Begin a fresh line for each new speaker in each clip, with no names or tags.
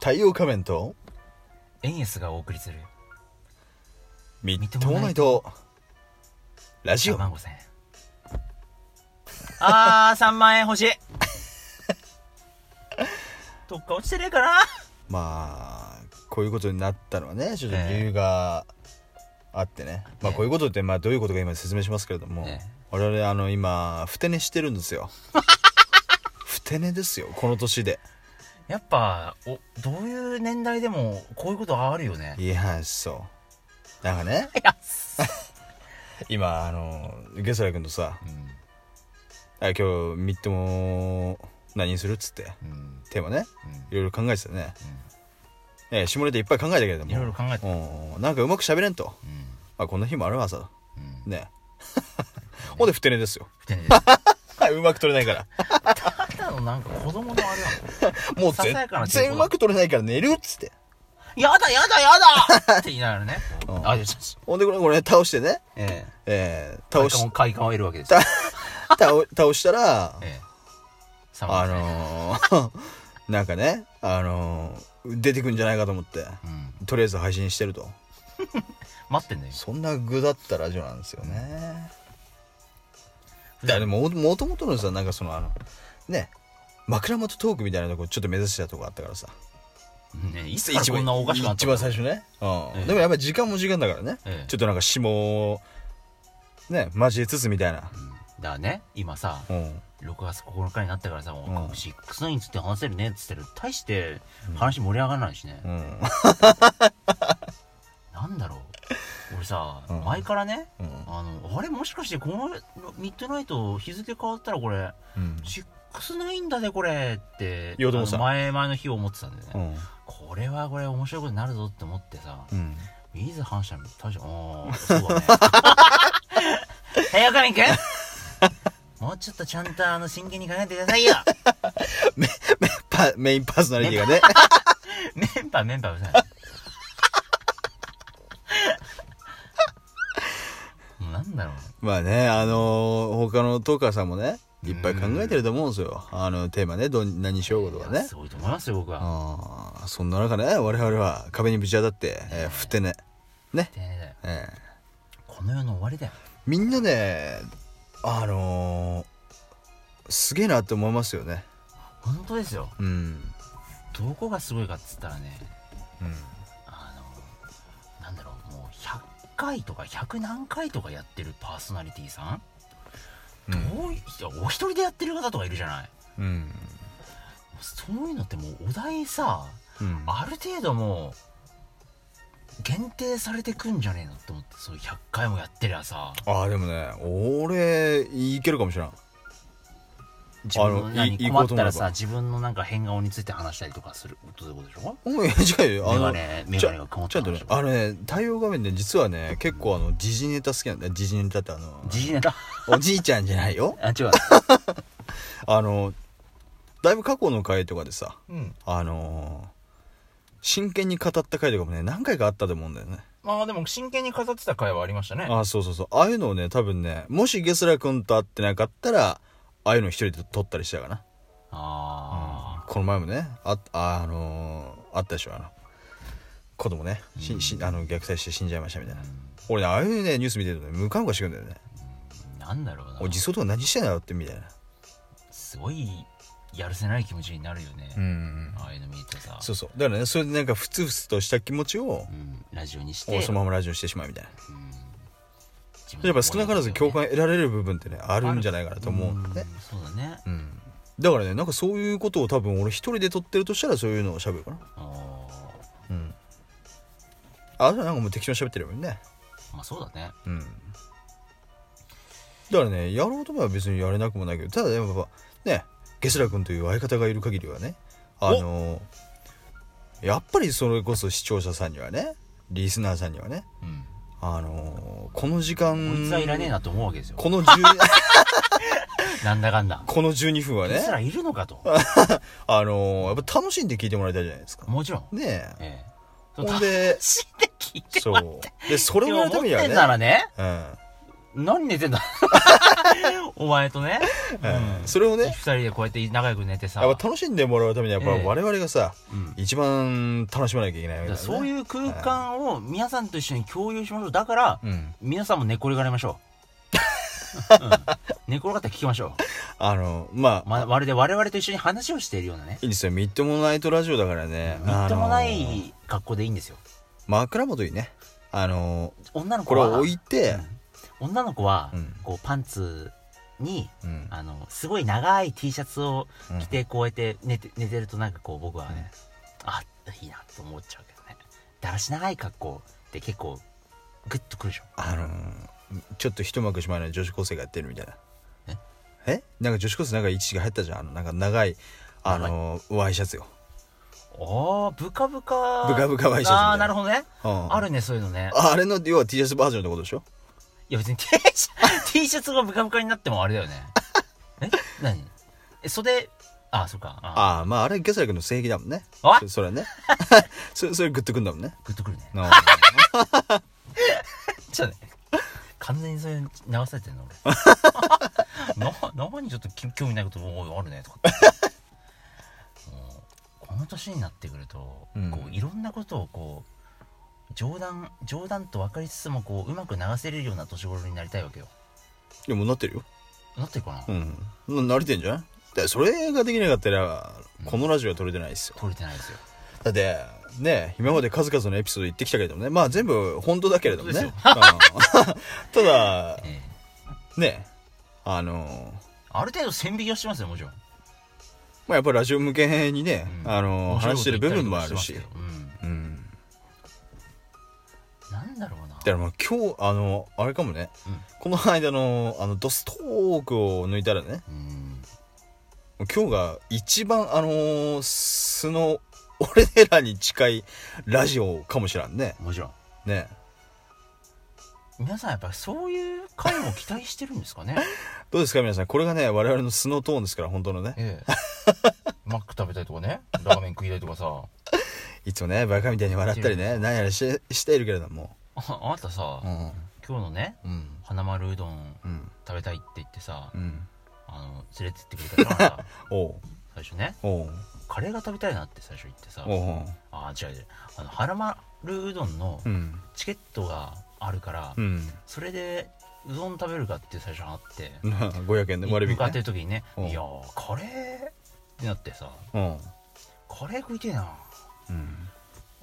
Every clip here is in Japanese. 太陽仮面と
エンエスがお送りする
みっ
っと
とも
も
な
ないい
とラジ
3
オ
万5千円あー3万円欲し いどっか落ちてねえかな
まあこういうことになったのはねちょっと
ええ
理由があってね、まあ
ええ
こういうことってまあどういうことか今説明しますけれども、
ええ
我々あの今ふて寝してるん ですよふて寝ですよこの年で
やっぱおどういう年代でもこういうことあるよね
いやそうなんかね
いやっす
今あのゲソラ君とさ
うん
「あ今日みっとも何する?」っつって
うん
テーマねいろいろ考えてたね、ええ下ネタいっぱい考えたけれども
いろいろ考えて
うんなんかうまく喋れんと、
うん
まあ、こんな日もあるわさ
うん
ね ほんでふて寝ですよ
不定です
はいうまく取れないから
ただのなんか子供のあれだもん
もう
ささやかな
全
抵抗
然うまく取れないから寝るっつって
やだやだやだ って言いながらね。
うん
あ、よしよし。
ほんでこれこれ倒してね
ええ。
えー、
倒
倒
し
し
も快感を得るわけですよ。
た 倒倒したら
ええ。さま
あ
ですね
のー、 なんかねあのー、出てくんじゃないかと思って
うん。
とりあえず配信してると
待ってんだよ。
そんな具だったラジオなんですよね
うん
だからもともともとのさなんかそのあのね枕元トークみたいなとこちょっと目指してたとこあったからさ
ねいつからこんなおかしくなった
一番最初ね、うん
ええ
でもやっぱ時間も時間だからね、
ええ
ちょっとなんか下をね交えつつみたいな、
うんだからね、今さ、
うん、
6月9日になったからさ、もう
うん
6につって話せるねって言ってる。大して話盛り上がらないしね
う。ん、
なんだろう。俺さ
う、ん
前からね、
うん
あの、あれもしかしてこのミッドナイト日付変わったらこれ、
うん
シックスないんだぜこれって、
言おうと思ってた
あの前々の日思ってたんだよね。
うん
これはこれ面白いことになるぞって思ってさ、
うん
水ズ反射大将、おー、そうだね。早川 くんもうちょっとちゃんとあの真剣に考えてくださいよ
パメインパーソナリティ がね
メンバーメンバーうるさい。もうなんだろう。
まあねあのー他のトーカーさんもねいっぱい考えてると思うんですよあのテーマねどん何しようことか
いや
ね
すごいと思いますよ、僕は。
あーそんな中ね我々は壁にぶち当たって、えー、ふてねね、
丁寧だよ。
えー
この世の終わりだよ。
みんなねあのー、すげえなって思いますよね
本当ですよ。
うん
どこがすごいかっつったらね、
うん
あの、なんだろう、もう100回とか100何回とかやってるパーソナリティさん
うん
どういいやお一人でやってる方とかいるじゃない
うん
そういうのってもうお題さ
うん
ある程度もう限定されてくんじゃねえのって思ってそう100回もやってりゃさ
ああでもね俺いけるかもしれん
自分の
い
何
行
困
こ
っ
うと思えば
たらさ自分のなんか変顔について話したりとかすることでことでしょ
おい違うよあ
メガ
の
ネメ
ち
ガ
ゃ
ネが曇っ
ちゃ
た
んと
話
ね
とか
あのね太陽画面で実はね結構あの時事ネタ好きなんだよ時事ネタってあの
じじネタ
おじいちゃんじゃないよ
あ違う
あのだいぶ過去の回とかでさ
うん
あのー、真剣に語った回とかもね何回かあったと思うんだよね
まあでも真剣に飾ってた回はありましたね
あそうそうそうああいうのをね多分ねもしゲスラ君と会ってなかったらああいうの一人で撮ったりしたかな
あ
この前もねあああのーあったでしょあの子供ねし、しあの虐待して死んじゃいましたみたいな俺ねああいうねニュース見てるとねムカムカしてくんだよね
ーなんだろうな
お自走とか何してんだよってみたいな
すごいやるせない気持ちになるよね、
ん
ああいうの見るとさ
そうそうだからねそれでなんかふつふつとした気持ちを
うん、ラジオにして
おそのままラジオしてしまうみたいな
うん自分の
やっぱ少なからず共
思い
感得られる部分ってねあるんじゃないかなと思う
を
んだ
ね
ね
うんそうだね
うんだからねなんかそういうことを多分俺一人で撮ってるとしたらそういうのを喋るかな
あ
うんあとはなんかもう適当に喋ってるもんね
ーまあそうだね
うんだからねやろうと思えば別にやれなくもないけどただねやっぱねゲスラ君という相方がいる限りはねあのやっぱりそれこそ視聴者さんにはねリスナーさんにはね
うん
あのこの時間
こいつはいらねえなと思うわけですよ
この10
なんだかんだ
この12分は
こい
ね
つらいるのかと
あのやっぱ楽しんで聞いてもらいたいじゃないですか
もちろん
ねえ
ええ
ほんで
死んで聞いて
そうでそ
こ
れをやるためには
思って
ね
んならね
うん
何寝てんだ お前とね、
うんそれを
二
ね
人でこうやって仲良く寝てさ
やっぱ楽しんでもらうためにはやっ
ええ
ぱ我々がさ、
うん
一番楽しまなきゃいけないわ
だ
け
か
だ
ら
ね
そういう空間を皆さんと一緒に共有しましょうだから、
うん、
皆さんも寝っ転がりましょう、うん寝っ転がって聞きましょ
あのまあ
う、ま、まるで我々と一緒に話をしているようなね
いいですよみっともないとラジオだからね
みっともな
あの
い格好でいいんですよ
枕元にねあの
女の子
これ
は
を置いて、
うん女の子は、
うん
こうパンツに
うん
あのすごい長い T シャツを
うん
着てこうやって寝て寝てるとなんかこう僕はね、あいいなと思っちゃうけどねだらし長い格好って結構グッとくるでしょ
あのちょっと一幕しまいの女子高生がやってるみたいなえなんか女子高生なんか一時が入ったじゃんあのなんか長いあのワイシャツよ、
ああブカブカ
ブカブカワイシャツみたいな
ああーなるほどね、
うん
あるねそういうのね
ああれの要は T シャツバージョンってことでしょ
いや別に T シャ T シャツ がブカブカになってもあれだよねえ何え袖ああそっかあ
ああまああれゲスラ君の正義だもんね
おい
そそれ ねそそれグッとくんだもんね
ーグッとくるね
うん
ちょっとね完全にそれ流されてんの俺 な何にちょっとき興味ないこともあるねとかって もうこの年になってくると、
うん
こういろんなことをこう冗談冗談と分かりつつもこううまく流せれるような年頃になりたいわけよ
でもなってるよ
なってるかな、
うんな慣れてんじゃんでそれができなかったらこのラジオは撮れてないですよ
取れてないですよ
だってね今まで数々のエピソード言ってきたけれどもねまあ全部本当だけれどもね、
本
うん ただ
ええ
ねあの
ある程度線引きはしてますよもちろん、
まあやっぱりラジオ向けにね、
うん
あの
面白い
話
こ
し
と
てる部分もあ
言
る
った
し
りとかてます
うん
けどうん、なんだろうな
だからまあ今日あのあれかもね
うん
この間のあのドストークを抜いたらね
うん
今日が一番あのー素の俺らに近いラジオかもしらんね
もちろん
ね
皆さんやっぱりそういう回も期待してるんです かね
どうですか皆さんこれがね我々の素のトーンですから本当のね
ええマック食べたいとかねラーメン食いたいとかさ
いつもねバカみたいに笑ったりね何やらししているけれども
ああなたさ、
うん
今日のね
うん
花丸うどん
うん
食べたいって言ってさ、
うん
あの連れてってくれたから
おう
最初ね
おう
カレーが食べたいなって最初言ってさ
おう
あ違う違うあの花丸うどんの
うん
チケットがあるから、
うん
それでうどん食べるかって最初あって、
500円で割引、ね、
向かってる時にね「
うん
いやーカレー」ってなってさ
うん
「カレー食いてえな」
うん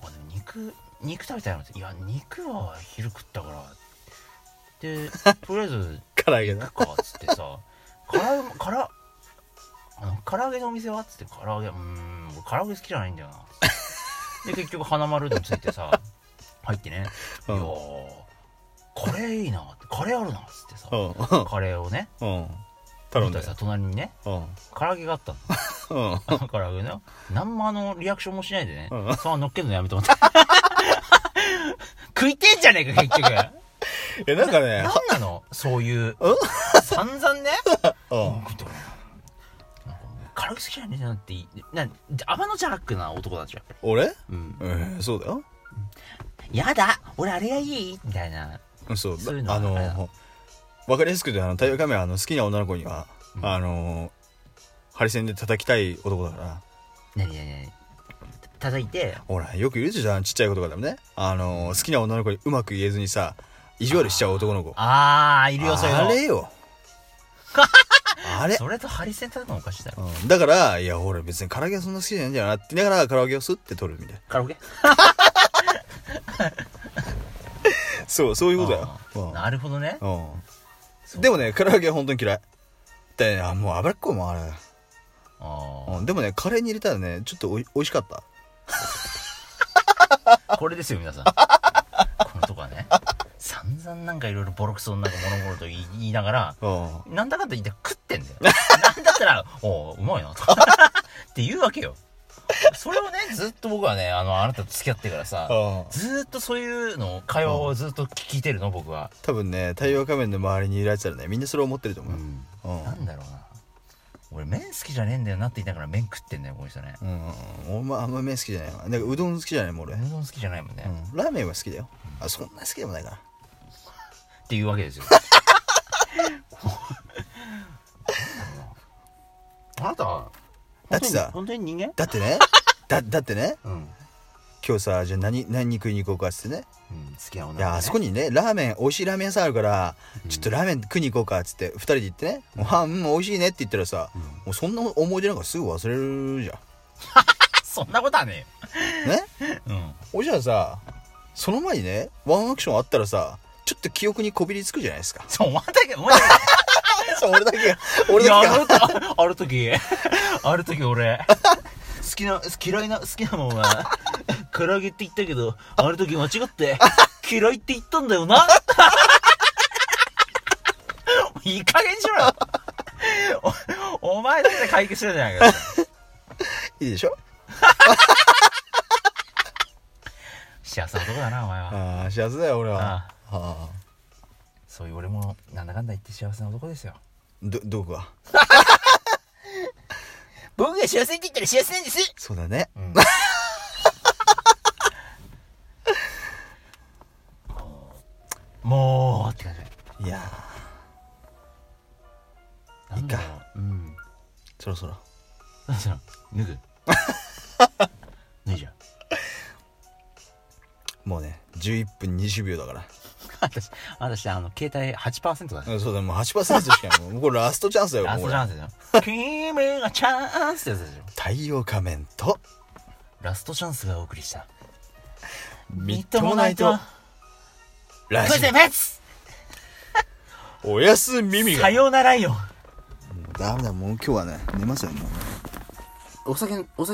あでも肉肉食べたいのっていや肉は昼食ったから でとりあえず
唐揚げ
行
な
くかっつってさから揚げもからあの唐揚げのお店はっつって唐揚げうーん俺唐揚げ好きじゃないんだよなで結局花丸うどんついてさ入ってね、
うん
いやーカレーいいなってカレーあるなっつってさ、
うん
カレーをね
うん頼んだ
見
よ
たらさ隣にね
うん
唐揚げがあったの
うんうん
だからね、なんもあの、リアクションもしないでね、
うん
そのまま乗っけるのやめてもらった。 食いてんじゃねえか、結局。なん
えなんかね
なのそういう。散々ね。
うん
食ってこいなんかもう軽く好きじゃねえなってい、なん、天のジャックな男たちよ。
俺
うん。
えー、そうだよ
やだ俺あれがいいみたいな。
そう
そういうのは
あの
あれだ
わかりやすく言うとあの太陽カメラの好きな女の子には、
うん
あのハリセンで叩きたい男だから
なになになに叩いて、
ほらよくいるじゃんちっちゃい子とかでもねあの好きな女の子にうまく言えずにさ意地悪しちゃう男の子
あー、いるよ、そういうの。
あれよあれ
それとハリセン叩くのおかしいだろ。
うんだから、いや、俺別に唐揚げはそんな好きじゃないんだよなって言いながら唐揚げをスッて取るみたいな。
カラオケ
そう、そういうことだ
あーなるほどね。
よ。うん。でもね、唐揚げは本当に嫌い。で、あ、もう脂っこいもん、あれ。
あー
うん、でもね、カレーに入れたらね、ちょっとおい美味しかった。
これですよ皆さんこのとこはね散々なんかいろいろボロクソなんか物事と言い言いながら
うん。
なんだかんだ言って食ってんだよなんだったら「おううまいな」とかって言うわけよそれをねずっと僕はねあのあなたと付き合ってからさ
うん
ずーっとそういうの会話をずっと聞いてるの僕は、
多分ね、太陽仮面の周りにいるやつらね、みんなそれを思ってると思う。うん
なんだろうな俺麺好きじゃねえんだよなって言いながら麺食ってんだよこの人ね
うん。俺もあんま麺好きじゃないわ。なんかうどん好きじゃないもん、俺。
う
うん。
どん好きじゃないもんね、っ
ラーメンは好きだよ。あ、そんな好きでもないから。
ていうわけですよ あなた本当に
だってさ
本当に人間
だってねだだってね
うん、うん、
今日さじゃあ何何に食いに行こうかっつってね
好きな女、
いやあそこ
に
にねラーメン美味しいラーメン屋さんあるから、
うん
ちょっとラーメン食いに行こうかっつって2人で行ってね「ご飯うん美味しいね」って言ったらさ、
うん
もうそんな思い出なんかすぐ忘れるじゃ
そんなことはね
んね
えよ、うん、
おじゃあさその前にねワンアクションあったらさちょっと記憶にこびりつくじゃないですか
そうお前だけお前だ
そう俺だけが
け
俺だ
い
け
や
が
あるある時ある時俺好きな嫌いな好きなもんは唐揚げって言ったけどある時間違って嫌いって言ったんだよな いい加減にしろよおお前だけで解決したじゃないか
いいでしょ
幸せな男だなお前は
ああ幸せだよ俺は
ああ
ああ
そういう俺もなんだかんだ言って幸せな男ですよ
どどこが
僕が幸せって言ったら幸せなんです
そうだね
うんもうって感じ
いや
なんだろううん
ーそろそろ
なんだろう脱ぐ 脱いじゃん
もうね11分20秒だから
私私あの携帯8%だし
うんそうだもう8%しかないもうこれラストチャンスだよ
ラ
もう
ス
こ
ト
れ
チャンスだよ君がチャンスってやつでしょ
太陽仮面と
ラストチャンスがお送りした
みっともないとラ
クイ
ジ
ズフェス
オおやすみみが
さようならよ
ダメだもう今日はね寝ますよもう
お酒お酒